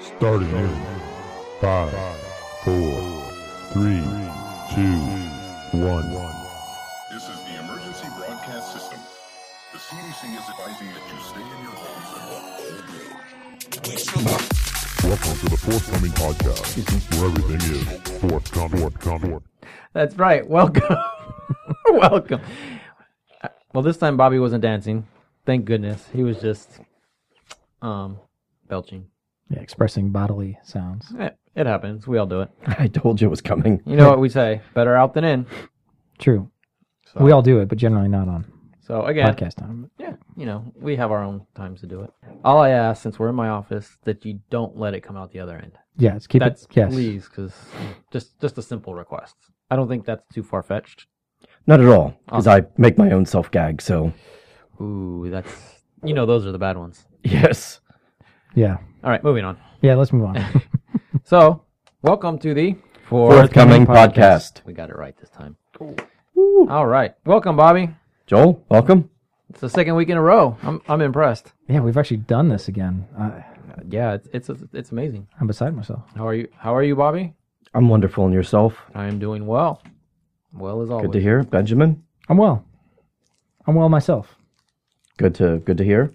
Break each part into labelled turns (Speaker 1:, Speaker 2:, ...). Speaker 1: Starting in five, four, three, two, one.
Speaker 2: This is the emergency broadcast system. The CDC is advising that you stay in your homes and
Speaker 1: Welcome to the forthcoming podcast, where everything is forthcoming. forthcoming.
Speaker 3: That's right. Welcome. Welcome. Uh, Well, this time Bobby wasn't dancing. Thank goodness. He was just um belching.
Speaker 4: Yeah, expressing bodily
Speaker 5: Mm-hmm.
Speaker 4: sounds.
Speaker 3: Eh, It happens. We all do it.
Speaker 5: I told you it was coming.
Speaker 3: You know what we say, better out than in.
Speaker 4: True.
Speaker 3: So,
Speaker 4: We all do it, but generally not on
Speaker 3: so again,
Speaker 4: podcast time.
Speaker 3: yeah, you know, we have our own times to do it. All I ask since we're in my office that you don't let it come out the other end.
Speaker 4: Yes, keep
Speaker 3: that's
Speaker 4: it. Yes.
Speaker 3: please cuz just just a simple request. I don't think that's too far fetched.
Speaker 5: Not at all, because I make my own self gag. So
Speaker 3: Ooh, that's you know those are the bad ones.
Speaker 5: yes,
Speaker 4: Yeah.
Speaker 3: All right, moving on.
Speaker 4: Yeah, let's move on.
Speaker 3: So, welcome to the fourth.
Speaker 5: forthcoming
Speaker 4: podcast.
Speaker 5: podcast.
Speaker 3: We got it right this time. Cool. All right, welcome, Bobby.
Speaker 5: Joel, welcome.
Speaker 3: It's the second week in a row. I'm I'm impressed.
Speaker 4: yeah, we've actually done this again. I,
Speaker 3: Yeah, it's it's it's amazing.
Speaker 4: I'm beside myself.
Speaker 3: How are you? How are you, Bobby?
Speaker 5: I'm wonderful, and yourself?
Speaker 3: I am doing well. Well as always.
Speaker 5: Good to hear, Benjamin.
Speaker 4: I'm well. I'm well myself.
Speaker 5: Good to good to hear.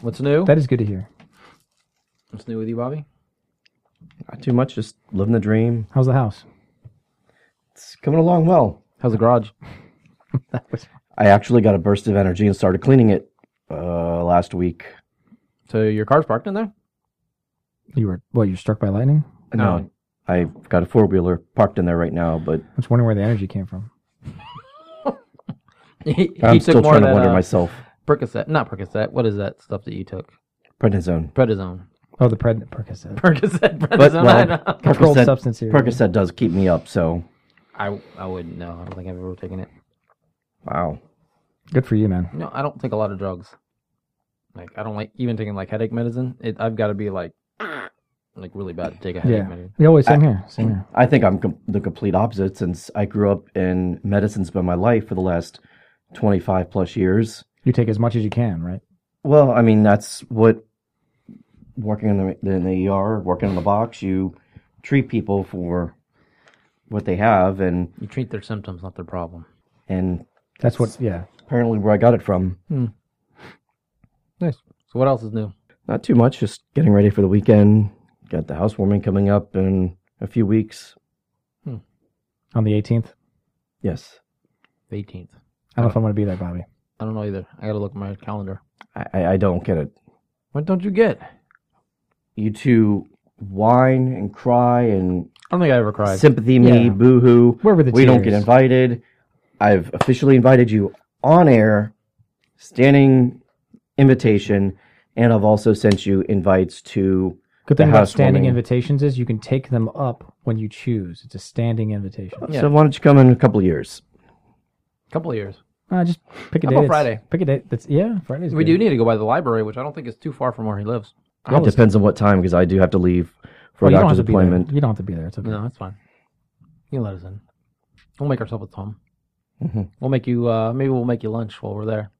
Speaker 3: What's new?
Speaker 4: That is good to hear.
Speaker 3: What's new with you, Bobby?
Speaker 5: Not too much, just living the dream.
Speaker 4: How's the house?
Speaker 5: It's coming along well.
Speaker 3: How's the garage?
Speaker 5: I actually got a burst of energy and started cleaning it uh, last week.
Speaker 3: So your car's parked in there?
Speaker 4: You were what? You were struck by lightning?
Speaker 3: No.
Speaker 5: I've got a four wheeler parked in there right now, but
Speaker 4: I was wondering where the energy came from.
Speaker 3: He- he
Speaker 5: I'm
Speaker 3: took
Speaker 5: still
Speaker 3: more
Speaker 5: trying to
Speaker 3: of that,
Speaker 5: wonder
Speaker 3: uh,
Speaker 5: myself.
Speaker 3: Percocet, not Percocet. What is that stuff that you took?
Speaker 5: Prednisone.
Speaker 3: Prednisone.
Speaker 4: Oh, the pred Percocet.
Speaker 3: Percocet. Prednisone.
Speaker 5: But
Speaker 3: I,
Speaker 5: well,
Speaker 3: know.
Speaker 4: Controlled
Speaker 5: Percocet-
Speaker 4: substance here.
Speaker 5: Percocet does keep me up. So
Speaker 3: I I wouldn't know. I don't think I've ever taken it.
Speaker 5: wow.
Speaker 4: Good for you, man.
Speaker 3: No, I don't take a lot of drugs. Like I don't like even taking like headache medicine. It, I've got to be like like really bad to take a headache
Speaker 4: Yeah.
Speaker 3: medicine.
Speaker 4: Yeah, always
Speaker 5: Ah,
Speaker 4: same here.
Speaker 5: mm.
Speaker 4: Same here.
Speaker 5: I think I'm com- the complete opposite since I grew up in medicines by my life for the last 25 plus years.
Speaker 4: You take as much as you can, right?
Speaker 5: Well, I mean, that's what working in the, in the ER, working in the box, you treat people for what they have. And,
Speaker 3: You treat their symptoms, not their problem.
Speaker 5: and
Speaker 4: That's what. Yeah.
Speaker 5: apparently where I got it from.
Speaker 3: Nice. So what else is new?
Speaker 5: Not too much, just getting ready for the weekend. Got the housewarming coming up in a few weeks.
Speaker 4: On the 18th.
Speaker 5: Yes.
Speaker 3: The 18th.
Speaker 4: I don't know
Speaker 5: Uh,
Speaker 4: if I'm going to be there, Bobby.
Speaker 3: I don't know either. I got to look at my calendar.
Speaker 5: I, I I don't get it.
Speaker 3: What don't you get? I
Speaker 5: You two whine and cry and
Speaker 3: don't think I ever cried.
Speaker 5: sympathy me,
Speaker 4: Yeah.
Speaker 5: boo hoo.
Speaker 4: Where were the
Speaker 5: We don't get
Speaker 4: tears?
Speaker 5: invited. I've officially invited you on air, standing invitation, and I've also sent you invites to
Speaker 4: Good thing
Speaker 5: the
Speaker 4: about standing
Speaker 5: housewarming.
Speaker 4: invitations is you can take them up when you choose. It's a standing invitation.
Speaker 3: Yeah.
Speaker 5: So why don't you come in a couple of years?
Speaker 3: couple of years.
Speaker 4: Uh, just pick a
Speaker 3: How about
Speaker 4: date. that's-
Speaker 3: Friday?
Speaker 4: Pick a date. That's yeah. Friday's
Speaker 3: We do
Speaker 4: good.
Speaker 3: need to go by the library, which I don't think is too far from where he lives.
Speaker 4: I
Speaker 5: It
Speaker 4: was-
Speaker 5: depends on what time because I do have to leave for
Speaker 4: Oh,
Speaker 5: a
Speaker 4: you don't have
Speaker 5: doctor's
Speaker 4: to be there.
Speaker 5: appointment.
Speaker 4: You don't have to be there. It's okay.
Speaker 3: No, that's fine. You can let us in. We'll make ourselves at home.
Speaker 5: Mhm.
Speaker 3: We'll make you. Uh, maybe we'll make you lunch while we're there,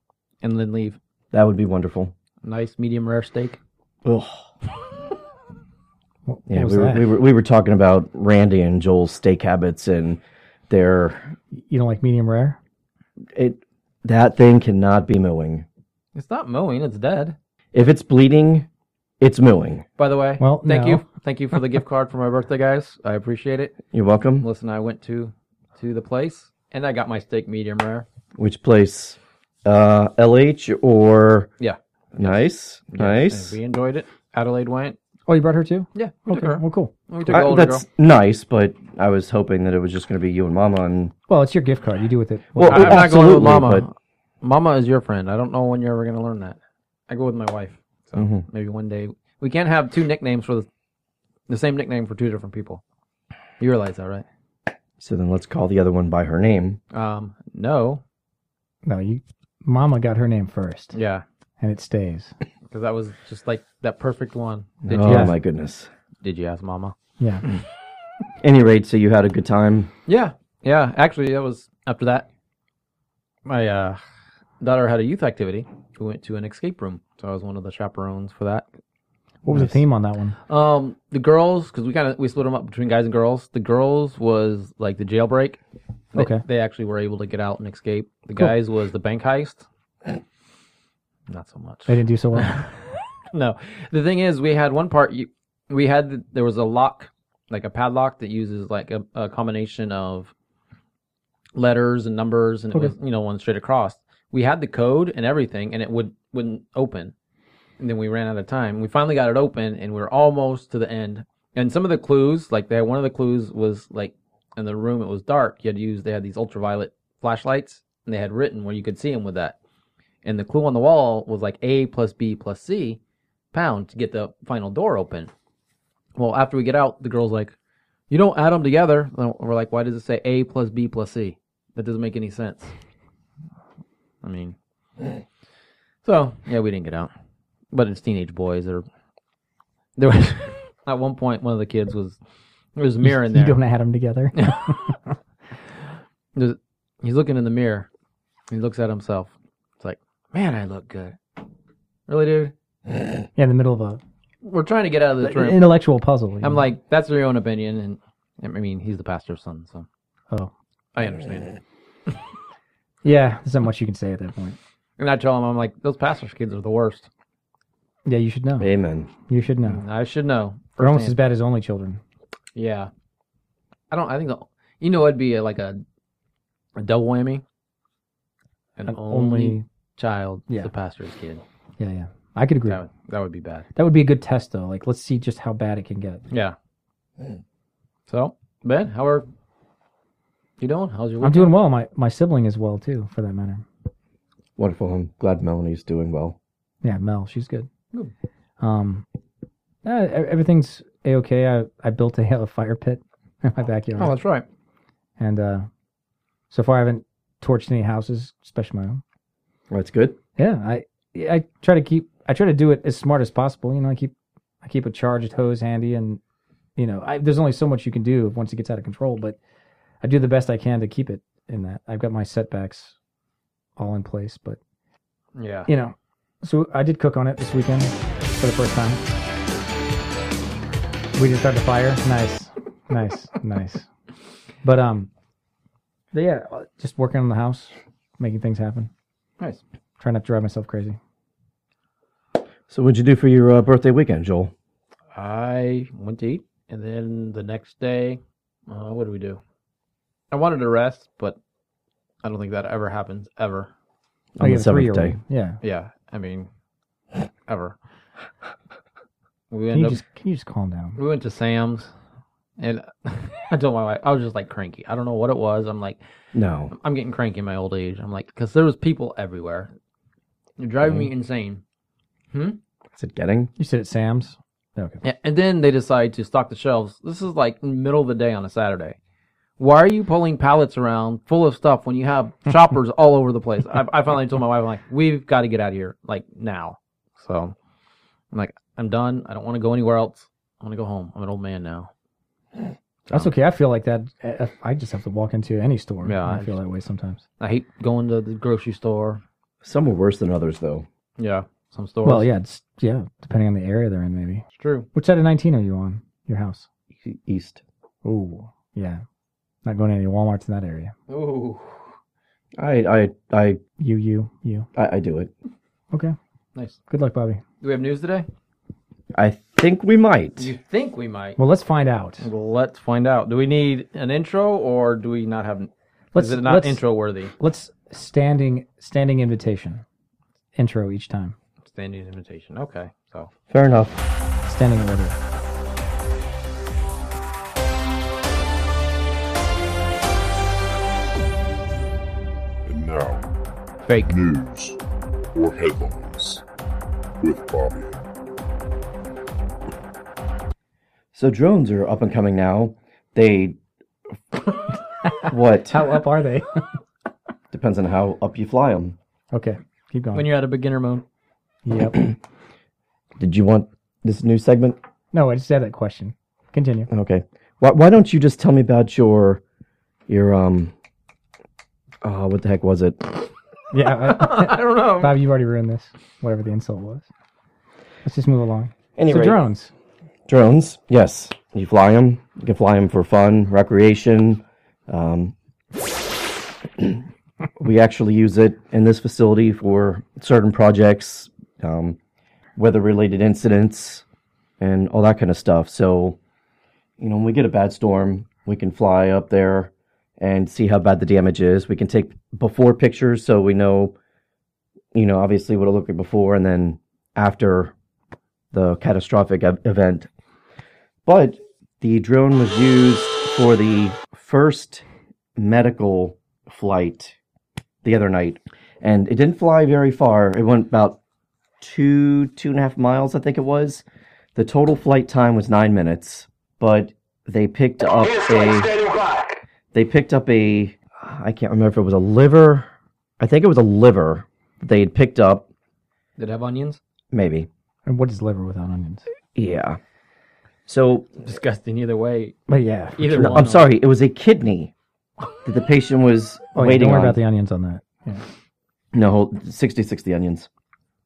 Speaker 3: and then leave.
Speaker 5: That would be wonderful.
Speaker 3: Nice medium rare steak.
Speaker 5: Ugh.
Speaker 4: What, what
Speaker 5: Yeah,
Speaker 4: was
Speaker 5: we were,
Speaker 4: that?
Speaker 5: we were we were talking about Randy and Joel's steak habits and their
Speaker 4: You don't like medium rare?
Speaker 5: it that thing cannot be mooing.
Speaker 3: It's not mowing. It's dead.
Speaker 5: If it's bleeding, it's mooing.
Speaker 3: By the way,
Speaker 4: Well,
Speaker 3: thank
Speaker 4: no.
Speaker 3: you, thank you for the gift card for my birthday, guys. I appreciate it.
Speaker 5: You're welcome.
Speaker 3: Melissa and I went to to the place, and I got my steak medium rare.
Speaker 5: Which place? Uh, LH or
Speaker 3: Yeah,
Speaker 5: nice, nice.
Speaker 3: And we enjoyed it. Adelaide went.
Speaker 4: Oh, you brought her too?
Speaker 3: Yeah, we
Speaker 4: Okay.
Speaker 3: took her.
Speaker 4: Well, cool.
Speaker 3: We took
Speaker 5: I-
Speaker 3: the older
Speaker 5: Uh, that's
Speaker 3: girl.
Speaker 5: nice, but I was hoping that it was just going to be you and Mama. And
Speaker 4: Well, it's your gift card. You do with it.
Speaker 5: well,
Speaker 3: I- I'm not going with
Speaker 5: absolutely,
Speaker 3: Mama.
Speaker 5: but-
Speaker 3: Mama is your friend. I don't know when you're ever going to learn that. I go with my wife. So
Speaker 5: Mhm.
Speaker 3: maybe one day we can't have two nicknames for the, the same nickname for two different people. You realize that, right?
Speaker 5: so then let's call the other one by her name.
Speaker 3: Um, no.
Speaker 4: no, you. Mama got her name first,
Speaker 3: Yeah,
Speaker 4: and it stays.
Speaker 3: because that was just like that perfect one. Did
Speaker 5: oh
Speaker 3: you?
Speaker 4: ask-
Speaker 5: my goodness.
Speaker 3: Did you ask Mama?
Speaker 4: Yeah.
Speaker 5: Any rate, so you had a good time.
Speaker 3: Yeah, yeah. Actually, that was after that. My uh, daughter had a youth activity. We went to an escape room, so I was one of the chaperones for that.
Speaker 4: What was the theme on that one?
Speaker 3: Um, the girls, because we kind of we split them up between guys and girls. The girls was like the jailbreak. They,
Speaker 4: Okay.
Speaker 3: They actually were able to get out and escape. The guys was the bank heist. Not so much.
Speaker 4: They didn't do so well.
Speaker 3: No. The thing is, we had one part. You, we had the- there was a lock, like a padlock that uses like a, a combination of letters and numbers, and it
Speaker 4: Okay.
Speaker 3: was you know one straight across. We had the code and everything, and it would wouldn't open. And then we ran out of time. We finally got it open, and we were almost to the end. And some of the clues, like they had one of the clues was like in the room it was dark. You had to use they had these ultraviolet flashlights, and they had written where you could see them with that. And the clue on the wall was like A plus B plus C pound to get the final door open. Well, after we get out, the girl's like, "You don't add them together." And we're like, "Why does it say A plus B plus C? That doesn't make any sense." I mean, so yeah, we didn't get out, but it's teenage boys. Or there was at one point one of the kids was there was a mirror in
Speaker 4: you
Speaker 3: there.
Speaker 4: don't add them together.
Speaker 3: There's- he's looking in the mirror. He looks at himself. It's like, man, I look good. Really, dude?
Speaker 4: Yeah, in the middle of a
Speaker 3: We're trying to get out of this
Speaker 4: like,
Speaker 3: room.
Speaker 4: intellectual puzzle. you
Speaker 3: I'm
Speaker 4: know?
Speaker 3: like, that's your own opinion, and I mean, he's the pastor's son, so
Speaker 4: oh,
Speaker 3: I understand. it.
Speaker 4: yeah. There's not much you can say at that point.
Speaker 3: And I tell him, I'm like, those pastor's kids are the worst.
Speaker 4: Yeah, you should know.
Speaker 5: Amen.
Speaker 4: You should know.
Speaker 3: I should know.
Speaker 4: They're almost as
Speaker 3: firsthand.
Speaker 4: bad as only children.
Speaker 3: Yeah, I don't. I think the, you know it'd be like a a double whammy. An,
Speaker 4: An
Speaker 3: only, child,
Speaker 4: Yeah.
Speaker 3: the pastor's kid.
Speaker 4: Yeah, yeah. I could agree.
Speaker 3: That would, that would be bad.
Speaker 4: That would be a good test, though. Like, let's see just how bad it can get.
Speaker 3: Yeah. Mm. So Ben, how are you doing? How's your?
Speaker 4: I'm
Speaker 3: week?
Speaker 4: doing well. My my sibling is well too, for that matter.
Speaker 5: Wonderful. I'm glad Melanie's doing well.
Speaker 4: Yeah, Mel, she's good.
Speaker 3: Good.
Speaker 4: Um, uh, e- everything's a okay. I I built a, a fire pit in my backyard,
Speaker 3: Oh, that's right.
Speaker 4: and uh, so far I haven't torched any houses, especially my own.
Speaker 5: That's good.
Speaker 4: Yeah, I I try to keep I try to do it as smart as possible. You know, I keep I keep a charged hose handy, and you know, I, there's only so much you can do once it gets out of control. But I do the best I can to keep it in that. I've got my setbacks all in place, but
Speaker 3: Yeah.
Speaker 4: you know, so I did cook on it this weekend for the first time. We just started the fire. Nice, nice, nice. But um, but yeah, just working on the house, making things happen.
Speaker 3: Nice.
Speaker 4: Trying not to drive myself crazy.
Speaker 5: So, what'd you do for your uh, birthday weekend, Joel?
Speaker 3: I went to eat, and then the next day, uh, what do we do? I wanted to rest, but I don't think that ever happens ever.
Speaker 5: On
Speaker 4: I
Speaker 5: the
Speaker 4: got a
Speaker 5: seventh
Speaker 4: three-year-old.
Speaker 5: day.
Speaker 4: Yeah.
Speaker 3: Yeah, I mean, ever. We
Speaker 4: Can
Speaker 3: end
Speaker 4: you
Speaker 3: up,
Speaker 4: just can you just calm down?
Speaker 3: we went to Sam's, and I told my wife I was just like cranky. I don't know what it was. I'm like,
Speaker 5: No.
Speaker 3: I'm getting cranky in my old age. I'm like, because there was people everywhere. You're driving
Speaker 4: Mm-hmm.
Speaker 3: me insane.
Speaker 5: Is it getting?
Speaker 4: You sit at Sam's. Okay.
Speaker 3: Yeah, and then they decide to stock the shelves. This is like middle of the day on a Saturday. Why are you pulling pallets around full of stuff when you have shoppers all over the place? I, I finally told my wife, I'm like, we've got to get out of here, like now. So I'm like, I'm done. I don't want to go anywhere else. I want to go home. I'm an old man now.
Speaker 4: That's okay. I feel like that. I- I just have to walk into any store.
Speaker 3: Yeah,
Speaker 4: I
Speaker 3: I
Speaker 4: feel that way sometimes.
Speaker 3: I hate going to the grocery store.
Speaker 5: Some were worse than others, though.
Speaker 3: Yeah, some stores.
Speaker 4: Well, yeah, it's yeah, depending on the area they're in, maybe.
Speaker 3: it's true.
Speaker 4: Which side of 19 are you on? Your house?
Speaker 5: E- East.
Speaker 4: Oh, yeah. Not going to any WalMarts in that area.
Speaker 3: Ooh,
Speaker 5: I, I, I,
Speaker 4: You, you, you.
Speaker 5: I, I do it.
Speaker 4: Okay.
Speaker 3: nice.
Speaker 4: Good luck, Bobby.
Speaker 3: Do we have news today?
Speaker 5: I think we might.
Speaker 3: You think we might?
Speaker 4: Well, let's find out.
Speaker 3: Well, let's find out. Do we need an intro or do we not have?
Speaker 4: Let's,
Speaker 3: is it not
Speaker 4: let's,
Speaker 3: intro worthy?
Speaker 4: Let's standing standing invitation, intro each time.
Speaker 3: Standing invitation. Okay. So
Speaker 5: Fair enough.
Speaker 4: Standing order.
Speaker 1: And now,
Speaker 3: fake.
Speaker 1: news or headlines with Bobby.
Speaker 5: So, drones are up and coming now. They. what?
Speaker 4: How up are they?
Speaker 5: Depends on how up you fly them.
Speaker 4: okay, keep going.
Speaker 3: When you're at a beginner mode.
Speaker 4: yep.
Speaker 5: Did you want this new segment?
Speaker 4: no, I just had that question. Continue.
Speaker 5: Okay. Why, why don't you just tell me about your, your um, uh, what the heck was it?
Speaker 4: Yeah, I-
Speaker 3: I don't know.
Speaker 4: Bob, you've already ruined this. Whatever the insult was. Let's just move along.
Speaker 5: Any
Speaker 4: So
Speaker 5: rate,
Speaker 4: drones.
Speaker 5: drones, yes, you fly them. You can fly them for fun, recreation. Um, we actually use it in this facility for certain projects, um, weather-related incidents, and all that kind of stuff. So, you know, when we get a bad storm, we can fly up there and see how bad the damage is. We can take before pictures so we know, you know, obviously what it looked like before and then after the catastrophic ev- event. But the drone was used for the first medical flight the other night, and it didn't fly very far. It went about two, two and a half miles, I think it was. The total flight time was nine minutes, but they picked up a they picked up a I can't remember if it was a liver. I think it was a liver that they had picked up,
Speaker 3: Did it have onions?
Speaker 5: maybe.
Speaker 4: And what is liver without onions?
Speaker 5: Yeah. So
Speaker 3: Disgusting either way.
Speaker 4: But yeah.
Speaker 3: Either
Speaker 5: No,
Speaker 3: one.
Speaker 5: I'm sorry, it was a kidney that the patient was
Speaker 4: Oh, yeah,
Speaker 5: waiting
Speaker 4: don't worry
Speaker 5: on.
Speaker 4: about the onions on that.
Speaker 5: no, hold, 66 the onions.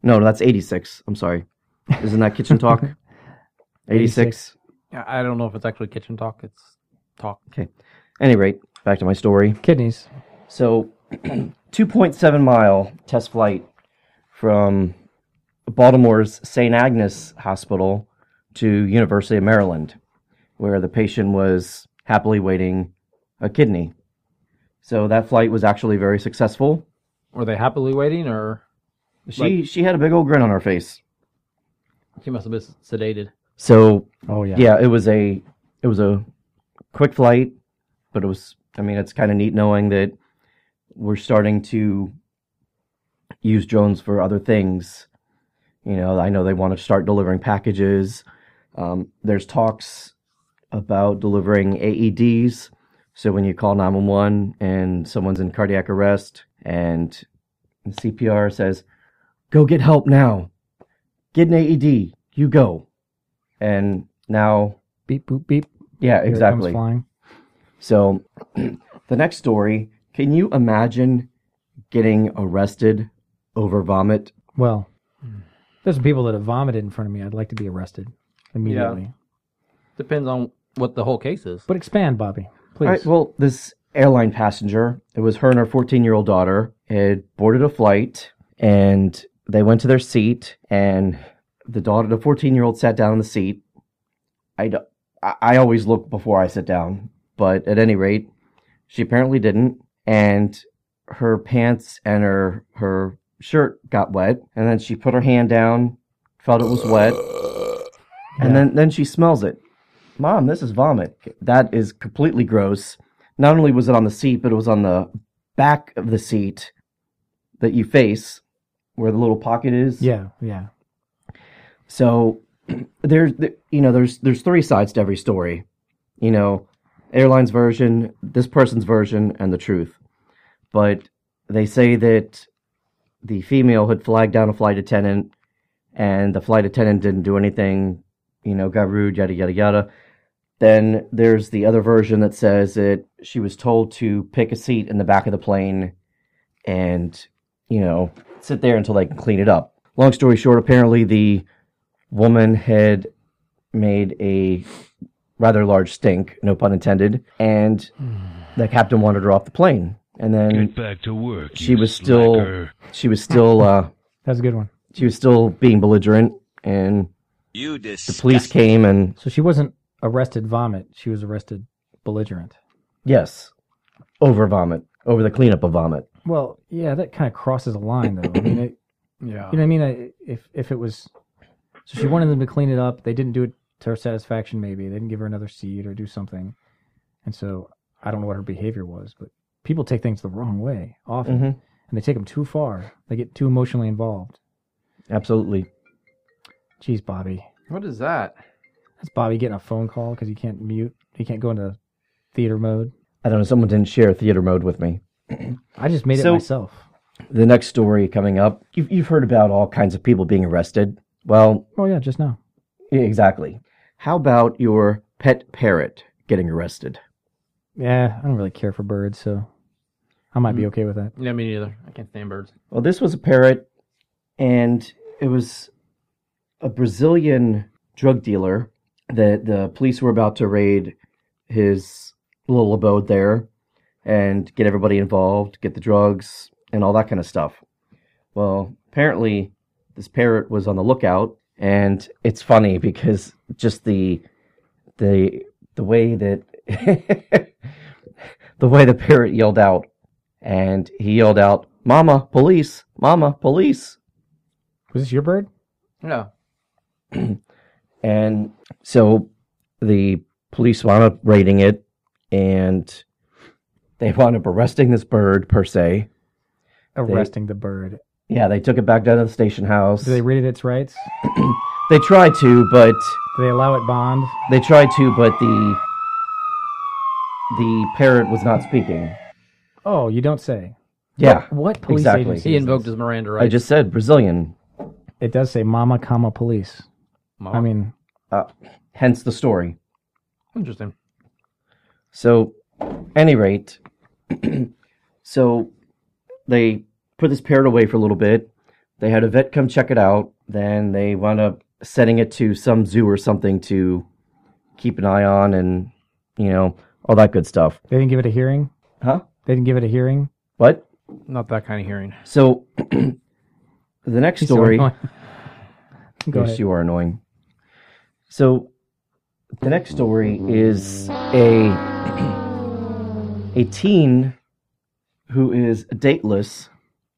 Speaker 5: No, no, that's 86. I'm sorry. Isn't that kitchen talk? 86.
Speaker 3: I I don't know if it's actually kitchen talk. It's talk.
Speaker 5: Any rate, back to my story.
Speaker 4: Kidneys.
Speaker 5: So, 2.7 mile test flight from Baltimore's St. Agnes Hospital to University of Maryland, where the patient was happily waiting a kidney. So that flight was actually very successful.
Speaker 3: Were they happily waiting or
Speaker 5: She she had a big old grin on her face.
Speaker 3: he must have been sedated?
Speaker 5: So
Speaker 4: Oh yeah.
Speaker 5: yeah, it was a it was a quick flight, but it was I mean it's kind of neat knowing that we're starting to use drones for other things. You know, I know they want to start delivering packages. Um, there's talks about delivering AEDs. So when you call 911 and someone's in cardiac arrest and the CPR says, "Go get help now. Get an AED. You go." And now,
Speaker 4: Beep boop beep.
Speaker 5: yeah,
Speaker 4: Here it comes
Speaker 5: exactly.
Speaker 4: flying.
Speaker 5: So, the next story can you imagine getting arrested over vomit?
Speaker 4: Well, there's some people that have vomited in front of me. I'd like to be arrested immediately.
Speaker 3: Depends on what the whole case is.
Speaker 4: But expand, Bobby, please.
Speaker 5: All right, well, this airline passenger, it was her and her 14 year old daughter, had boarded a flight and they went to their seat, and the daughter, the 14 year old, sat down in the seat. I, d- I- I always look before I sit down, but at any rate, she apparently didn't. And her pants and her, her shirt got wet. And then she put her hand down, felt it was wet. And then, then she smells it. Mom, this is vomit. That is completely gross. Not only was it on the seat, but it was on the back of the seat that you face where the little pocket is.
Speaker 4: yeah, yeah.
Speaker 5: So there's there- you know there's there's three sides to every story. You know, airlines version, this person's version and the truth. But they say that the female had flagged down a flight attendant and the flight attendant didn't do anything, you know, got rude, yada yada yada. Then there's the other version that says that she was told to pick a seat in the back of the plane and, you know, sit there until they can clean it up. Long story short, apparently the woman had made a rather large stink, no pun intended, and the captain wanted her off the plane. And then
Speaker 6: Get back to work.
Speaker 5: she
Speaker 6: you
Speaker 5: was still-
Speaker 6: slacker.
Speaker 5: she was still uh,
Speaker 4: That's a good one.
Speaker 5: she was still being belligerent, and
Speaker 7: You
Speaker 5: the police came and
Speaker 4: So she wasn't arrested vomit. She was arrested belligerent.
Speaker 5: yes, over vomit, over the cleanup of vomit.
Speaker 4: Well, yeah, that kind of crosses a line, though. I mean, it,
Speaker 3: yeah.
Speaker 4: you know what I mean? I, if if it was, so she wanted them to clean it up. They didn't do it to her satisfaction. Maybe they didn't give her another seat or do something. And so I don't know what her behavior was, but people take things the wrong way often,
Speaker 5: Mhm.
Speaker 4: and they take them too far. They get too emotionally involved.
Speaker 5: Absolutely.
Speaker 4: Jeez, Bobby,
Speaker 3: What is that?
Speaker 4: that's Bobby getting a phone call because he can't mute. He can't go into theater mode.
Speaker 5: I don't know. Someone didn't share theater mode with me.
Speaker 4: I just made
Speaker 5: So-
Speaker 4: it myself.
Speaker 5: The next story coming up, you've, you've heard about all kinds of people being arrested. Well,
Speaker 4: Oh yeah, just now.
Speaker 5: yeah, exactly. How about your pet parrot getting arrested?
Speaker 4: Yeah, I don't really care for birds, so I might be okay with that.
Speaker 3: Yeah, me neither. I can't stand birds.
Speaker 5: Well, this was a parrot, and it was a Brazilian drug dealer that the police were about to raid his little abode there and get everybody involved, get the drugs, and all that kind of stuff. Well, apparently, this parrot was on the lookout, and it's funny because just the the the way that the way the parrot yelled out, and he yelled out, "Mama, police! Mama, police!"
Speaker 4: Was this your bird?
Speaker 3: Yeah.
Speaker 5: And so the police wound up raiding it and they wound up arresting this bird per se.
Speaker 4: Arresting the bird.
Speaker 5: Yeah, they took it back down to the station house.
Speaker 4: Do they read it its rights?
Speaker 5: they tried to, but
Speaker 4: Do they allow it bond?
Speaker 5: they tried to, but the the parrot was not speaking.
Speaker 4: Oh, you don't say.
Speaker 5: Yeah.
Speaker 4: What police
Speaker 5: Exactly.
Speaker 4: agency?
Speaker 3: He
Speaker 4: is
Speaker 3: invoked
Speaker 4: this?
Speaker 3: his Miranda
Speaker 5: I
Speaker 3: rights.
Speaker 5: just said Brazilian,
Speaker 4: It does say "mama, comma police."
Speaker 3: Mom.
Speaker 4: I mean,
Speaker 5: hence the story.
Speaker 3: interesting.
Speaker 5: So, any rate, so they put this parrot away for a little bit. They had a vet come check it out. Then they wound up sending it to some zoo or something to keep an eye on and, you know, all that good stuff.
Speaker 4: they didn't give it a hearing.
Speaker 5: Huh?
Speaker 4: They didn't give it a hearing.
Speaker 5: What?
Speaker 3: Not that kind of hearing.
Speaker 5: So, the next
Speaker 4: He's so
Speaker 5: story.
Speaker 4: annoying. Go
Speaker 5: yes,
Speaker 4: ahead.
Speaker 5: you are annoying. So, the next story is a a teen who is dateless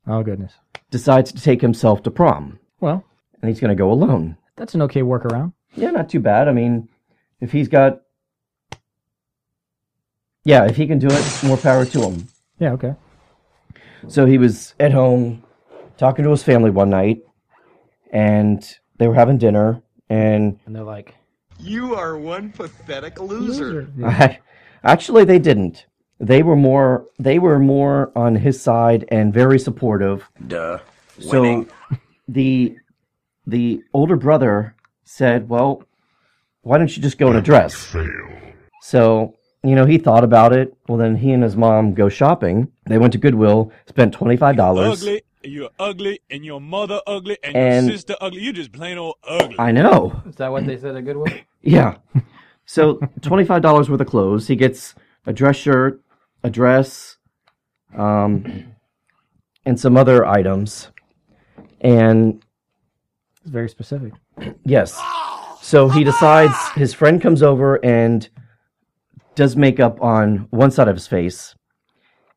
Speaker 4: Oh goodness.
Speaker 5: decides to take himself to prom,
Speaker 4: Well,
Speaker 5: and he's going to go alone.
Speaker 4: that's an okay workaround.
Speaker 5: Yeah, not too bad. I mean, if he's got, yeah, if he can do it, more power to him.
Speaker 4: Yeah. Okay.
Speaker 5: So he was at home talking to his family one night, and they were having dinner, and
Speaker 3: And they're like,
Speaker 6: You are one pathetic loser.
Speaker 5: actually they didn't. They were more they were more on his side and very supportive.
Speaker 6: Duh.
Speaker 5: So the the older brother said, "Well, why don't you just go in a dress?"
Speaker 1: Fail.
Speaker 5: So, you know, he thought about it. Well, then he and his mom go shopping. They went to Goodwill, spent $25.
Speaker 7: ugly. You're ugly, and your mother ugly, and,
Speaker 5: And-
Speaker 7: your sister ugly. You just plain old ugly.
Speaker 5: I know.
Speaker 3: is that what they said at Goodwill?
Speaker 5: Yeah. So, $25 worth of clothes. He gets a dress shirt, a dress, um, and some other items. And
Speaker 4: It's very specific.
Speaker 5: yes. So he decides his friend comes over and does makeup on one side of his face.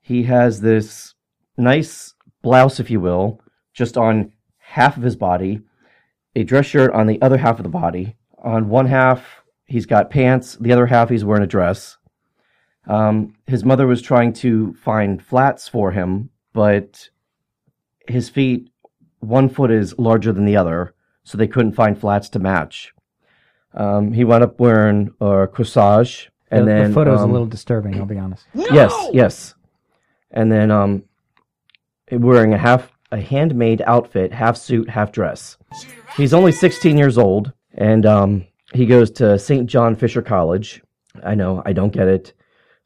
Speaker 5: He has this nice blouse, if you will, just on half of his body, a dress shirt on the other half of the body. On one half, he's got pants, the other half, he's wearing a dress. Um, his mother was trying to find flats for him, but his feet, one foot is larger than the other, so they couldn't find flats to match. Um, he wound up wearing a corsage, and
Speaker 4: the,
Speaker 5: then
Speaker 4: the photo's
Speaker 5: um,
Speaker 4: a little disturbing. I'll be honest.
Speaker 5: Yes, yes. And then um wearing a half a handmade outfit, half suit, half dress. He's only 16 years old and um he goes to St. John Fisher College. I know, I don't get it.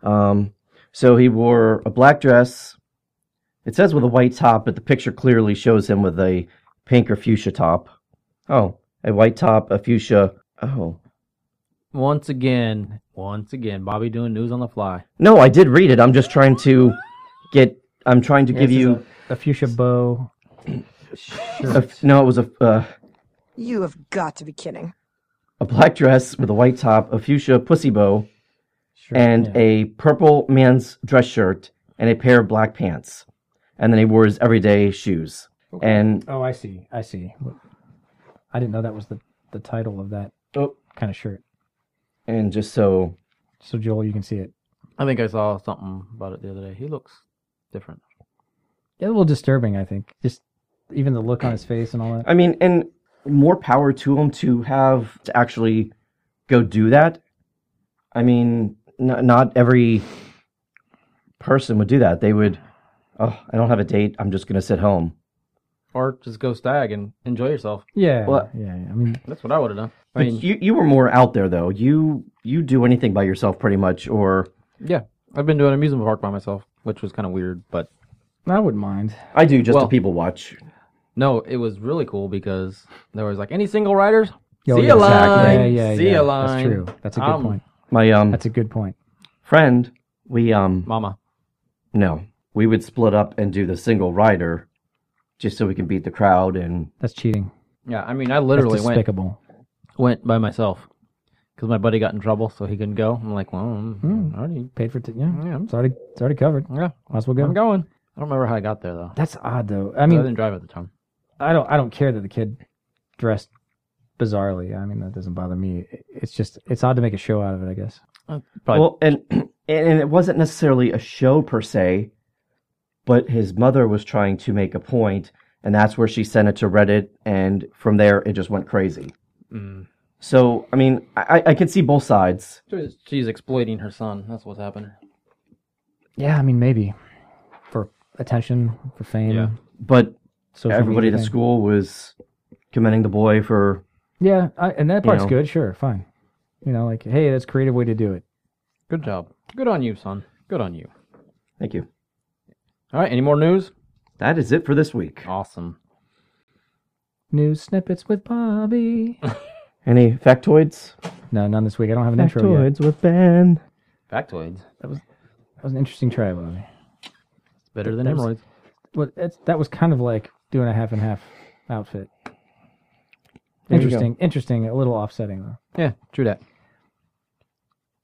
Speaker 5: Um so he wore a black dress. It says with a white top, but the picture clearly shows him with a pink or fuchsia top. Oh, a white top, a fuchsia. Oh.
Speaker 3: once again, once again, Bobby doing news on the fly.
Speaker 5: No, I did read it. I'm just trying to get I'm trying to give
Speaker 4: this is
Speaker 5: you
Speaker 4: A fuchsia bow.
Speaker 5: A f- no, it was a uh,
Speaker 8: You have got to be kidding.
Speaker 5: a black dress with a white top, a fuchsia pussy bow,
Speaker 4: Sure.
Speaker 5: and
Speaker 4: yeah.
Speaker 5: a purple man's dress shirt and a pair of black pants. And then he wore his everyday shoes. And
Speaker 4: Oh, I see. I see. I didn't know that was the, the title of that
Speaker 5: Oh.
Speaker 4: kind of shirt.
Speaker 5: and just so
Speaker 4: So Joel, you can see it.
Speaker 3: I think I saw something about it the other day. He looks different.
Speaker 4: It's a little disturbing, I think. Just even the look on his face and all that.
Speaker 5: I mean, and more power to him to have to actually go do that. I mean, n- not every person would do that. They would, oh, I don't have a date. I'm just going to sit home.
Speaker 3: Or just go stag and enjoy yourself.
Speaker 4: Yeah,
Speaker 5: Well-
Speaker 4: yeah. yeah. I mean,
Speaker 3: That's what I would have done. I
Speaker 5: But
Speaker 3: mean,
Speaker 5: you you were more out there though. You you do anything by yourself pretty much, or
Speaker 3: yeah, I've been to an amusement park by myself, which was kind of weird, but
Speaker 4: I wouldn't mind.
Speaker 5: I do just
Speaker 3: Well-
Speaker 5: to people watch.
Speaker 3: no, it was really cool because there was like any single riders,
Speaker 4: Yeah,
Speaker 3: See
Speaker 4: Oh, yeah,
Speaker 3: ya
Speaker 4: exactly.
Speaker 3: line.
Speaker 4: Yeah, yeah,
Speaker 3: See
Speaker 4: yeah.
Speaker 3: ya
Speaker 4: That's
Speaker 3: line.
Speaker 4: true. That's a good
Speaker 3: Um,
Speaker 4: point.
Speaker 5: My um
Speaker 4: That's a good point.
Speaker 5: friend, we um
Speaker 3: Mama.
Speaker 5: no, we would split up and do the single rider, just so we can beat the crowd and
Speaker 4: That's cheating.
Speaker 3: Yeah, I mean, I
Speaker 4: That's
Speaker 3: literally went
Speaker 4: despicable.
Speaker 3: went by myself because my buddy got in trouble, so he couldn't go. I'm like, well, I'm, I'm already,
Speaker 4: Paid for t- yeah.
Speaker 3: yeah, I'm,
Speaker 4: It's already it's already covered.
Speaker 3: yeah,
Speaker 4: Might as well go.
Speaker 3: I'm going. I don't remember how I got there though.
Speaker 4: That's odd though. I
Speaker 3: I,
Speaker 4: mean,
Speaker 3: didn't drive at the time.
Speaker 4: I don't I don't care that the kid dressed bizarrely. I mean, that doesn't bother me. It's just it's odd to make a show out of it. I guess.
Speaker 3: Uh, Probably
Speaker 5: well and and it wasn't necessarily a show per se, but his mother was trying to make a point, and that's where she sent it to Reddit, and from there it just went crazy.
Speaker 3: Mm.
Speaker 5: So I mean, I, I can see both sides.
Speaker 3: She's- she's exploiting her son. That's what's happening.
Speaker 4: Yeah, I mean maybe for attention, for fame.
Speaker 3: Yeah.
Speaker 5: but
Speaker 4: social
Speaker 5: everybody
Speaker 4: media
Speaker 5: at
Speaker 4: thing.
Speaker 5: school was commending the boy for
Speaker 4: Yeah, I, and that part's
Speaker 5: know.
Speaker 4: good. Sure, fine. You know, like hey, that's a creative way to do it.
Speaker 3: Good job. Good on you, son. Good on you.
Speaker 5: thank you
Speaker 3: All right. Any more news?
Speaker 5: that is it for this week
Speaker 3: Awesome.
Speaker 4: News snippets with Bobby.
Speaker 5: any factoids
Speaker 4: no, none this week. I don't have an intro yet.
Speaker 5: with ben
Speaker 3: Factoids. That was
Speaker 4: That was an interesting try, Bobby.
Speaker 3: better than
Speaker 4: That was-
Speaker 3: hemorrhoids.
Speaker 4: Well, it's, that was kind of like doing a half and half outfit.
Speaker 5: There you go.
Speaker 4: interesting, interesting. A little offsetting though.
Speaker 3: Yeah, true that.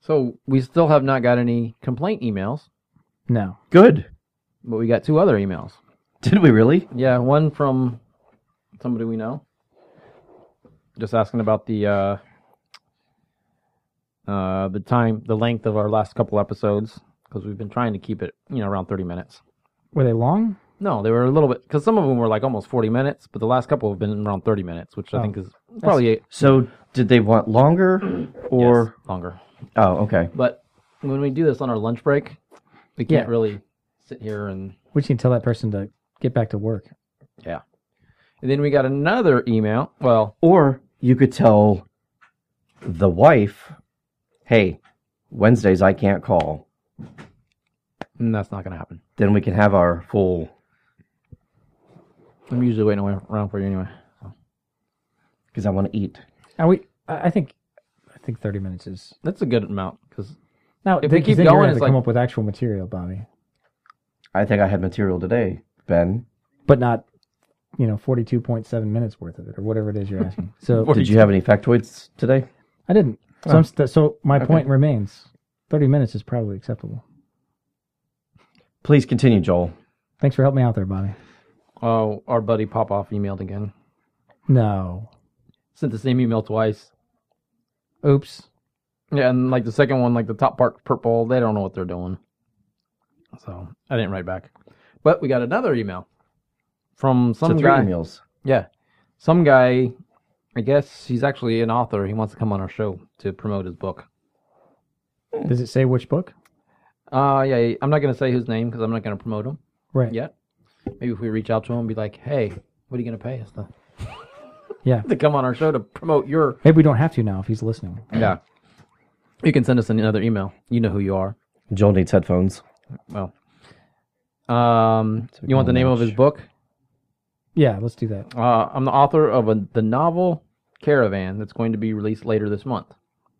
Speaker 3: So we still have not got any complaint emails,
Speaker 4: No,
Speaker 5: good
Speaker 3: but we got two other emails.
Speaker 5: did we really
Speaker 3: Yeah, one from somebody we know. Just asking about the uh uh the time, the length of our last couple episodes because we've been trying to keep it, you know, around 30 minutes.
Speaker 4: were they long?
Speaker 3: No, they were a little bit cuz some of them were like almost 40 minutes, but the last couple have been around 30 minutes, which I
Speaker 4: Oh.
Speaker 3: think is probably a-
Speaker 5: so did they want longer or
Speaker 3: yes, longer.
Speaker 5: oh okay
Speaker 3: But when we do this on our lunch break, we can't
Speaker 4: Yeah.
Speaker 3: really sit here and
Speaker 4: We just need to tell that person to get back to work.
Speaker 3: and then we got another email. Well,
Speaker 5: or you could tell the wife hey wednesdays i can't call
Speaker 3: mm, that's not going to happen.
Speaker 5: then we can have our full
Speaker 3: I'm usually waiting around for you anyway.
Speaker 5: because i want to eat
Speaker 4: Are we? I I think, I think thirty minutes is
Speaker 3: That's a good amount because
Speaker 4: now.
Speaker 3: If we
Speaker 4: because
Speaker 3: keep
Speaker 4: then you're
Speaker 3: going,
Speaker 4: gonna have
Speaker 3: it's
Speaker 4: to come
Speaker 3: like-
Speaker 4: up with actual material, Bobby,
Speaker 5: i think i had material today ben
Speaker 4: but not, you know, forty-two point seven minutes worth of it or whatever it is you're asking. So
Speaker 5: did you have any factoids today
Speaker 4: I didn't. So, I'm st- so my
Speaker 5: Okay.
Speaker 4: point remains: thirty minutes is probably acceptable.
Speaker 5: please continue joel
Speaker 4: Thanks for helping me out there, Bobby.
Speaker 3: Oh, our buddy Popoff emailed again.
Speaker 4: No,
Speaker 3: Sent the same email twice.
Speaker 4: oops.
Speaker 3: Yeah, and like the second one, like the top part purple, they don't know what they're doing. So I didn't write back. But we got another email from some
Speaker 5: so three
Speaker 3: guy.
Speaker 5: emails
Speaker 3: Yeah. Some guy, I guess he's actually an author. He wants to come on our show to promote his book.
Speaker 4: Does it say which book?
Speaker 3: Uh, yeah, I'm not going to say his name because I'm not going to promote him
Speaker 4: Right.
Speaker 3: yet. Maybe if we reach out to him and be like, hey, what are you going to pay us to,
Speaker 4: Yeah.
Speaker 3: to come on our show to promote your
Speaker 4: Maybe we don't have to now if he's listening.
Speaker 3: Yeah. You can send us another email. You know who you are.
Speaker 5: joel needs headphones
Speaker 3: Well. Um,
Speaker 5: So we
Speaker 3: you want the
Speaker 5: can
Speaker 3: name of his
Speaker 5: match.
Speaker 3: book?
Speaker 4: Yeah, let's do that.
Speaker 3: Uh, I'm the author of a, the novel Caravan that's going to be released later this month.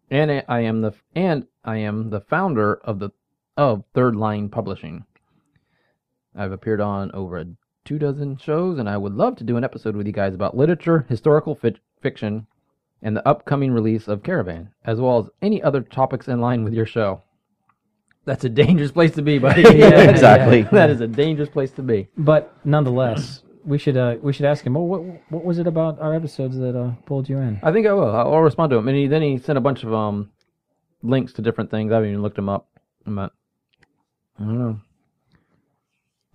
Speaker 3: And I- I am the and I am the founder of the of Third Line Publishing. I've appeared on over a two dozen shows and I would love to do an episode with you guys about literature, historical fic- fiction, and the upcoming release of Caravan, as well as any other topics in line with your show. That's a dangerous place to be, buddy.
Speaker 5: exactly.
Speaker 3: That is a dangerous place to be.
Speaker 4: But nonetheless, we should uh, we should ask him. Well, what what was it about our episodes that uh, pulled you in?
Speaker 3: I think I will. I'll I'll respond to him. And he, then he sent a bunch of um links to different things. I haven't even looked them up. I'm not, I don't know.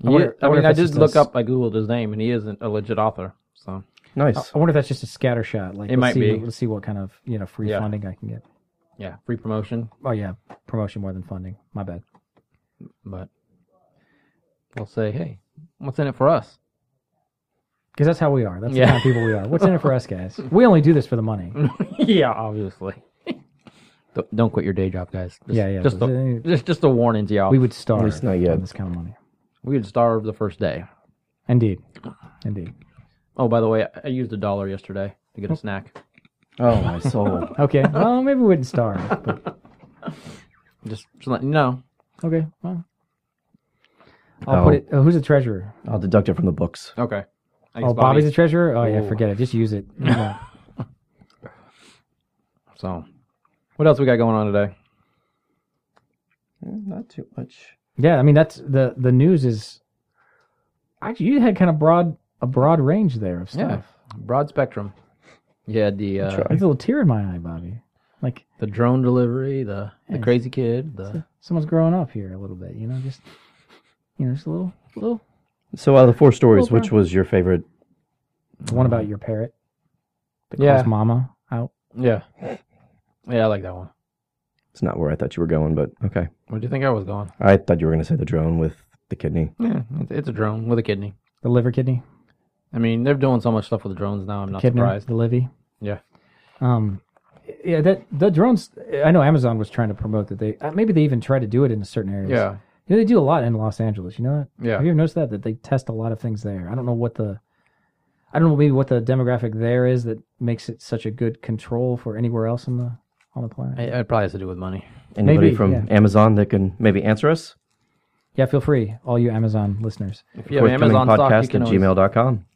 Speaker 4: I
Speaker 3: I,
Speaker 4: wonder- I
Speaker 3: I
Speaker 4: wonder
Speaker 3: mean,
Speaker 4: if
Speaker 3: I
Speaker 4: it's
Speaker 3: did
Speaker 4: just
Speaker 3: look
Speaker 4: us.
Speaker 3: up. I googled his name, and he isn't a legit author. So
Speaker 5: nice
Speaker 4: I wonder if that's just a scatter shot. Like
Speaker 3: Oh. It
Speaker 4: let's
Speaker 3: might
Speaker 4: see,
Speaker 3: be.
Speaker 4: Let's see what kind of you know free
Speaker 3: Yeah.
Speaker 4: funding I can get.
Speaker 3: yeah, free promotion,
Speaker 4: Oh yeah, promotion more than funding. My bad.
Speaker 3: but we'll say, hey, what's in it for us?
Speaker 4: Because that's how we are. That's
Speaker 3: Yeah.
Speaker 4: the kind of people we are. What's in it for us, guys? We only do this for the money.
Speaker 3: yeah, obviously. don't, don't quit your day job, guys. Just,
Speaker 4: Yeah, yeah,
Speaker 3: Just
Speaker 4: but-
Speaker 3: a, just just a warning to y'all.
Speaker 4: We would starve
Speaker 5: Oh, At least not yet.
Speaker 4: on this kind of money.
Speaker 3: we would starve the first day.
Speaker 4: Indeed, indeed.
Speaker 3: Oh, by the way, I- I used a dollar yesterday to get a snack.
Speaker 5: Oh my soul.
Speaker 4: Okay. Well, maybe we wouldn't starve. but-
Speaker 3: Just, just letting you know.
Speaker 4: okay. Well, I'll
Speaker 5: Oh.
Speaker 4: put it. Oh, who's the treasurer?
Speaker 5: I'll deduct it from the books.
Speaker 3: Okay. I guess
Speaker 4: Oh, Bobby's the treasurer. Oh yeah,
Speaker 3: Ooh.
Speaker 4: forget it. Just use it. Come on.
Speaker 3: So, what else we got going on today?
Speaker 5: Mm, Not too much.
Speaker 4: yeah, I mean that's the the news is. Actually, you had kind of broad a broad range there of
Speaker 3: Yeah.
Speaker 4: stuff.
Speaker 3: Broad spectrum. Yeah, the uh,
Speaker 4: There's a little tear in my eye, Bobby. Like
Speaker 3: the drone delivery, the the
Speaker 4: Yeah.
Speaker 3: crazy kid, the
Speaker 4: someone's growing up here a little bit. You know, just you know, just a little little.
Speaker 5: So out of the four stories,
Speaker 4: Over.
Speaker 5: which was your favorite?
Speaker 4: The
Speaker 5: Mm.
Speaker 4: one about your parrot. That
Speaker 3: Yeah.
Speaker 4: calls Mama out.
Speaker 3: yeah, yeah. I like that one.
Speaker 5: It's not where I thought you were going, but okay.
Speaker 3: Where do you think I was going?
Speaker 5: I thought you were going to say the drone with the kidney.
Speaker 3: Yeah, it's, it's a drone with a kidney.
Speaker 4: The liver kidney.
Speaker 3: I mean, they're doing so much stuff with the drones now. I'm not
Speaker 4: Kidney,
Speaker 3: surprised.
Speaker 4: the Livy.
Speaker 3: Yeah.
Speaker 4: Um, yeah, that the drones. I know Amazon was trying to promote that they uh, maybe they even try to do it in certain areas.
Speaker 3: Yeah,
Speaker 4: you know, they do a lot in Los Angeles. You know that?
Speaker 3: yeah.
Speaker 4: Have you ever noticed that that they test a lot of things there? I don't know what the, I don't know maybe what the demographic there is that makes it such a good control for anywhere else on the on the planet.
Speaker 3: It, it probably has to do with money.
Speaker 5: Anybody
Speaker 4: Maybe,
Speaker 5: from
Speaker 4: yeah.
Speaker 5: Amazon that can maybe answer us?
Speaker 4: yeah, feel free, all you Amazon listeners.
Speaker 3: If you have Amazon stock, you can
Speaker 5: at
Speaker 3: always-
Speaker 5: gmail.com.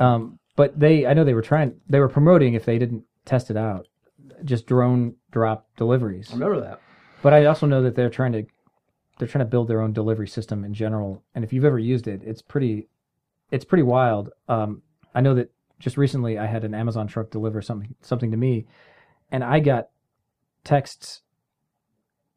Speaker 4: Um, but they, I know they were trying, they were promoting if they didn't test it out, just drone drop deliveries.
Speaker 3: Remember that.
Speaker 4: But I also know that they're trying to they're trying to build their own delivery system in general. And if you've ever used it, it's pretty it's pretty wild. Um, I know that just recently I had an Amazon truck deliver something something to me, and I got texts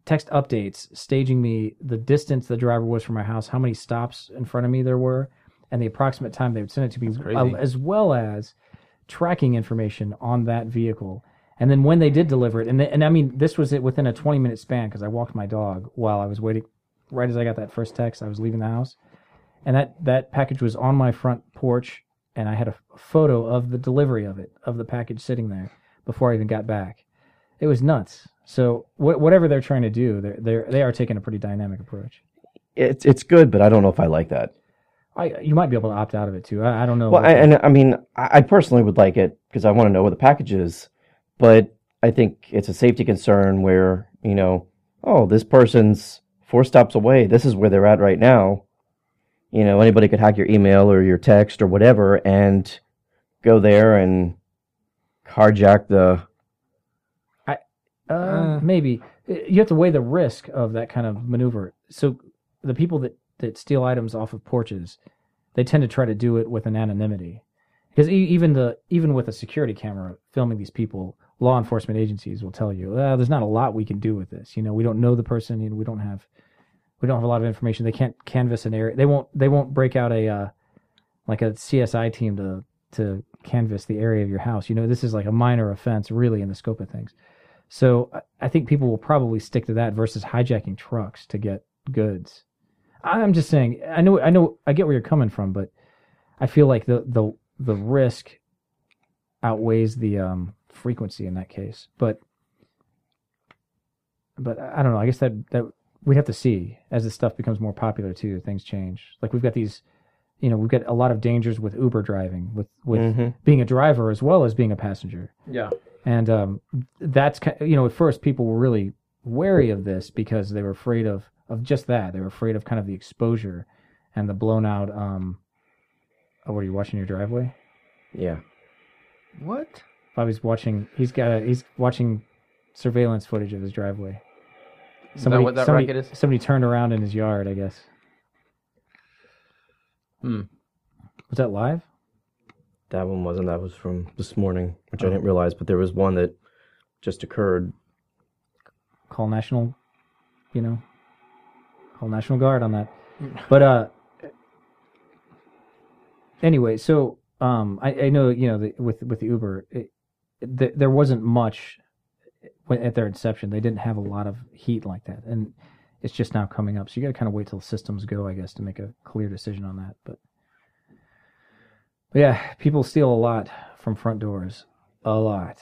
Speaker 4: text updates staging me the distance the driver was from my house, how many stops in front of me there were, and the approximate time they would send it to me, uh,
Speaker 3: crazy.
Speaker 4: as well as tracking information on that vehicle. And then when they did deliver it, and they, and I mean this was it within a 20 minute span because I walked my dog while I was waiting. Right as I got that first text, I was leaving the house, and that that package was on my front porch, and I had a photo of the delivery of it of the package sitting there before I even got back. It was nuts. So wh- whatever they're trying to do, they're, they're they are taking a pretty dynamic approach.
Speaker 5: It's it's good, but I don't know if I like that.
Speaker 4: I you might be able to opt out of it too. I, I don't know.
Speaker 5: Well,
Speaker 4: what-
Speaker 5: I, and I mean, I I personally would like it because I want to know what the package is, but I think it's a safety concern where you know, oh, this person's four stops away. This is where they're at right now. You know, anybody could hack your email or your text or whatever and go there and carjack the.
Speaker 4: Uh, maybe you have to weigh the risk of that kind of maneuver. So the people that that steal items off of porches, they tend to try to do it with an anonymity, because e- even the even with a security camera filming these people, law enforcement agencies will tell you, uh, "There's not a lot we can do with this. You know, we don't know the person, and we don't have we don't have a lot of information. They can't canvass an area. They won't they won't break out a uh, like a CSI team to to canvass the area of your house. You know, this is like a minor offense, really, in the scope of things. So I- I think people will probably stick to that versus hijacking trucks to get goods. I'm just saying. I know. I know. I get where you're coming from, but I feel like the the the risk outweighs the um, frequency in that case. But but I don't know. I guess that that we'd have to see as this stuff becomes more popular too. Things change. Like we've got these, you know, we've got a lot of dangers with Uber driving, with with
Speaker 5: Mm-hmm.
Speaker 4: being a driver as well as being a passenger.
Speaker 3: Yeah.
Speaker 4: And um, that's ki- you know at first people were really wary of this because they were afraid of of just that. They were afraid of kind of the exposure and the blown out. Um, oh, were you watching your driveway?
Speaker 5: Yeah.
Speaker 3: What?
Speaker 4: Bobby's watching. He's got. A, he's watching surveillance footage of his driveway.
Speaker 3: Is
Speaker 4: Somebody,
Speaker 3: that what that
Speaker 4: somebody,
Speaker 3: racket is?
Speaker 4: somebody turned around in his yard. I guess.
Speaker 3: Hmm.
Speaker 4: Was that live?
Speaker 5: That one wasn't. That was from this morning, which I didn't realize. But there was one that just occurred.
Speaker 4: call national you know call national guard on that but uh anyway so um i, I know you know the, with with uber it, th- there wasn't much when, at their inception they didn't have a lot of heat like that and it's just now coming up so you got to kind of wait till systems go i guess to make a clear decision on that but, but yeah people steal a lot from front doors a lot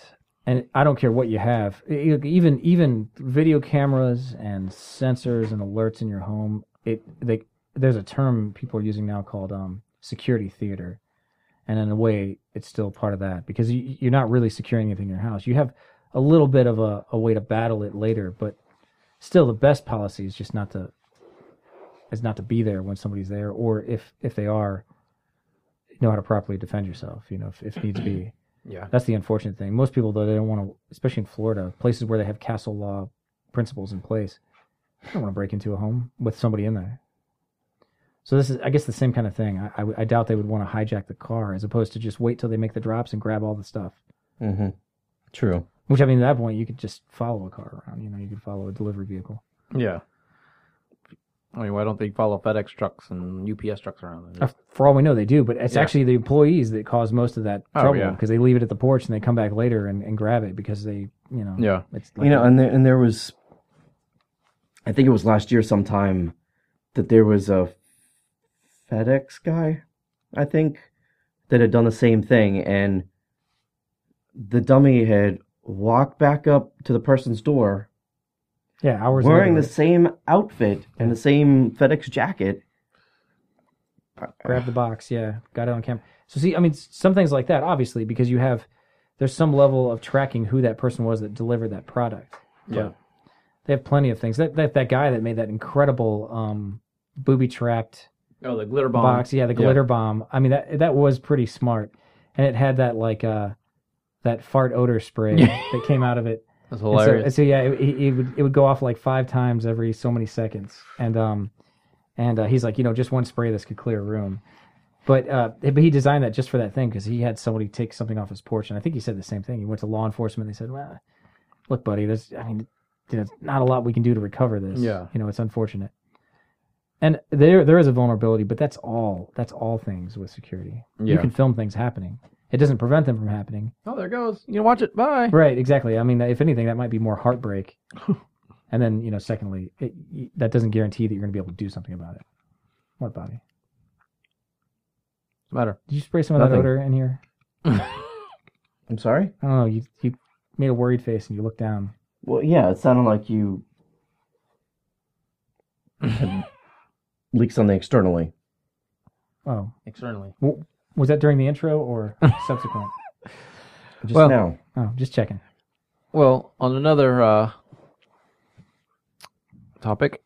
Speaker 4: and I don't care what you have, E- even even video cameras and sensors and alerts in your home. It they there's a term people are using now called um, security theater, and in a way, it's still part of that because you, you're not really securing anything in your house. You have a little bit of a, a way to battle it later, but still, the best policy is just not to is not to be there when somebody's there, or if if they are, know how to properly defend yourself. You know, if, if needs be.
Speaker 3: Yeah.
Speaker 4: That's the unfortunate thing. Most people though they don't want to, especially in Florida, places where they have castle law principles in place, they don't want to break into a home with somebody in there. So this is, I guess, the same kind of thing. I, I w- I doubt they would want to hijack the car as opposed to just wait till they make the drops and grab all the stuff.
Speaker 5: Mm-hmm. True.
Speaker 4: Which I mean, at that point, you could just follow a car around. You know, you could follow a delivery vehicle.
Speaker 3: Yeah. I mean, why don't they follow FedEx trucks and UPS trucks around?
Speaker 4: Uh, For all we know, they do, but it's
Speaker 3: Yeah.
Speaker 4: actually the employees that cause most of that
Speaker 3: Oh,
Speaker 4: trouble
Speaker 3: yeah.
Speaker 4: because they leave it at the porch and they come back later and, and grab it because they, you know,
Speaker 3: yeah.
Speaker 4: it's
Speaker 5: you know, and there, and there was, I think it was last year sometime, that there was a FedEx guy, I think, that had done the same thing, and the dummy had walked back up to the person's door
Speaker 4: yeah, hours
Speaker 5: wearing the
Speaker 4: later,
Speaker 5: same outfit and the same FedEx jacket.
Speaker 4: grab the box yeah got it on camera so see i mean s- some things like that obviously because you have there's some level of tracking who that person was that delivered that product
Speaker 3: Yeah.
Speaker 4: they have plenty of things that that, that guy that made that incredible um booby trapped
Speaker 3: Oh, the glitter bomb.
Speaker 4: box yeah the glitter bomb i mean that that was pretty smart and it had that like uh that fart odor spray that came out of it
Speaker 3: That's
Speaker 4: and so-
Speaker 3: hilarious.
Speaker 4: So, yeah, it, it it would it would go off like five times every so many seconds, and um, and uh, he's like, you know, just one spray this could clear a room, but uh, but he designed that just for that thing because he had somebody take something off his porch, and I think he said the same thing. He went to law enforcement. They said, well, look, buddy, there's I mean, there's not a lot we can do to recover this.
Speaker 3: Yeah.
Speaker 4: you know, it's unfortunate. And there, there is a vulnerability, but that's all. That's all things with security. You
Speaker 3: Yeah.
Speaker 4: can film things happening. It doesn't prevent them from happening,
Speaker 3: oh, there it goes. You can watch it. Bye.
Speaker 4: Right, exactly. I mean, if anything, that might be more heartbreak. and then, you know, secondly, it, y- that doesn't guarantee that you're going to be able to do something about it. What, Bobby?
Speaker 3: Matter.
Speaker 4: Did you spray some of that
Speaker 5: Nothing.
Speaker 4: odor in here?
Speaker 5: I'm sorry.
Speaker 4: I don't know. You you made a worried face and you looked down.
Speaker 5: Well, yeah, it sounded like you had leaked something externally.
Speaker 4: Oh,
Speaker 3: Externally.
Speaker 4: W- was that during the intro or subsequent?
Speaker 5: Just
Speaker 3: Well-
Speaker 5: now.
Speaker 4: Oh, just checking.
Speaker 3: Well, on another uh, topic,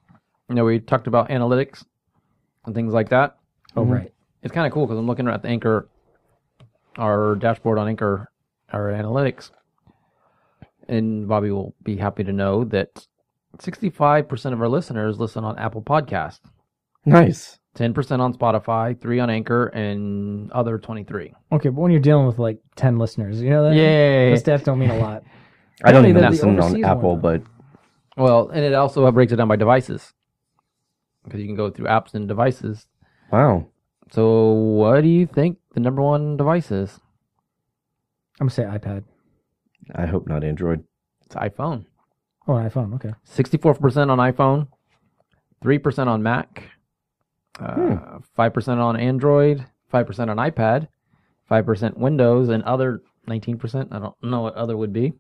Speaker 3: you know, we talked about analytics and things like that. Mm-hmm.
Speaker 4: Oh, right.
Speaker 3: It's kind of cool because I'm looking at the Anchor, our dashboard on Anchor, our analytics, and Bobby will be happy to know that 65% of our listeners listen on Apple Podcasts.
Speaker 5: Nice.
Speaker 3: 10% on Spotify, 3 on Anchor, and other 23.
Speaker 4: Okay, but when you're dealing with like ten listeners, you know that
Speaker 3: Yeah.
Speaker 4: those stats don't mean a lot.
Speaker 5: I don't
Speaker 4: Apparently
Speaker 5: even
Speaker 4: they're the
Speaker 5: listen on
Speaker 4: overseas
Speaker 5: Apple,
Speaker 4: one,
Speaker 5: but
Speaker 3: Well, and it also breaks it down by devices because you can go through apps and devices.
Speaker 5: wow.
Speaker 3: So, what do you think the number one device is?
Speaker 4: I'm gonna say iPad.
Speaker 5: I hope not Android.
Speaker 3: It's iPhone.
Speaker 4: Oh, an iPhone. Okay.
Speaker 3: 64% on iPhone, 3% on Mac, uh,
Speaker 4: Hmm.
Speaker 3: 5% on Android, 5% on iPad, 5% Windows, and other 19%. I don't know what other would be.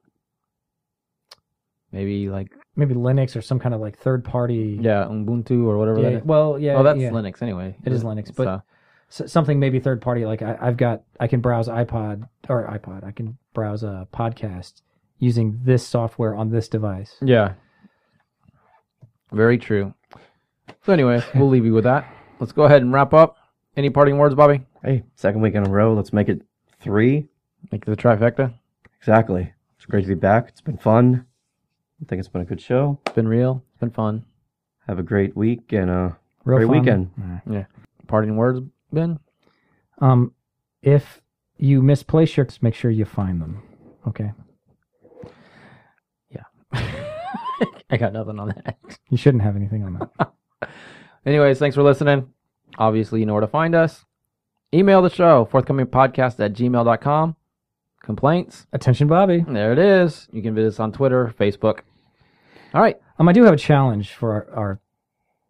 Speaker 3: Maybe like,
Speaker 4: Maybe Linux or some kind of like third party.
Speaker 3: yeah, Ubuntu or whatever
Speaker 4: Yeah,
Speaker 3: that is.
Speaker 4: well, yeah.
Speaker 3: oh, that's
Speaker 4: yeah.
Speaker 3: Linux anyway.
Speaker 4: It is Linux,
Speaker 3: It's,
Speaker 4: but-
Speaker 3: uh,
Speaker 4: S something maybe third party. Like I, I've got, I can browse iPod or iPod. I can browse a podcast using this software on this device.
Speaker 3: yeah. Very true. So, anyway, we'll leave you with that. Let's go ahead and wrap up. Any parting words, Bobby?
Speaker 5: Hey, second week in a row. Let's make it three.
Speaker 3: Make it the trifecta.
Speaker 5: Exactly. It's great to be back. It's been fun. I think it's been a good show.
Speaker 3: It's been real. It's been fun.
Speaker 5: Have a great week and uh, a
Speaker 4: Real
Speaker 5: great
Speaker 4: fun.
Speaker 5: weekend.
Speaker 3: Parting words, Ben?
Speaker 4: Um, if you misplace your, make sure you find them. Okay,
Speaker 3: I got nothing on that.
Speaker 4: you shouldn't have anything on that.
Speaker 3: Anyways, thanks for listening. Obviously, you know where to find us. Email the show, forthcomingpodcast at gmail.com. Complaints?
Speaker 4: Attention, Bobby.
Speaker 3: There it is. You can visit us on Twitter, Facebook. All right.
Speaker 4: Um, I do have a challenge for our, our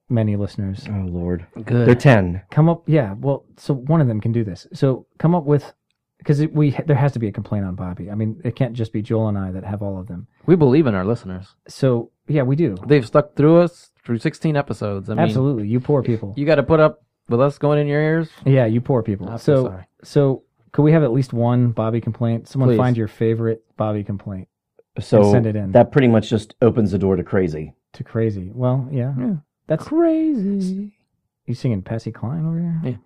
Speaker 4: many listeners.
Speaker 5: Oh, Lord. They're
Speaker 3: Good.
Speaker 5: 10.
Speaker 4: Come up, yeah. Well, so one of them can do this. So come up with, because we there has to be a complaint on Bobby. I mean, it can't just be Joel and I that have all of them.
Speaker 3: We believe in our listeners.
Speaker 4: So yeah, we do.
Speaker 3: They've stuck through us through 16 episodes. I mean,
Speaker 4: Absolutely, you poor people.
Speaker 3: you got to put up with us going in your ears.
Speaker 4: yeah, you poor people.
Speaker 3: I'm so
Speaker 4: so
Speaker 3: sorry.
Speaker 4: so could we have at least one Bobby complaint? Someone
Speaker 3: Please.
Speaker 4: find your favorite Bobby complaint
Speaker 5: So
Speaker 4: send it in.
Speaker 5: that pretty much just opens the door to crazy.
Speaker 4: to crazy. Well, yeah,
Speaker 3: Yeah.
Speaker 4: that's
Speaker 3: Crazy.
Speaker 4: you singing Patsy Cline over there.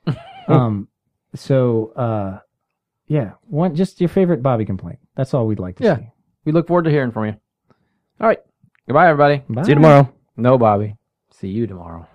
Speaker 3: Yeah.
Speaker 4: Huh. um. So, uh, yeah, one just your favorite Bobby complaint. That's all we'd like to
Speaker 3: Yeah.
Speaker 4: see.
Speaker 3: We look forward to hearing from you. All right. Goodbye, everybody.
Speaker 4: Bye.
Speaker 5: See you tomorrow.
Speaker 3: No, Bobby. See you tomorrow.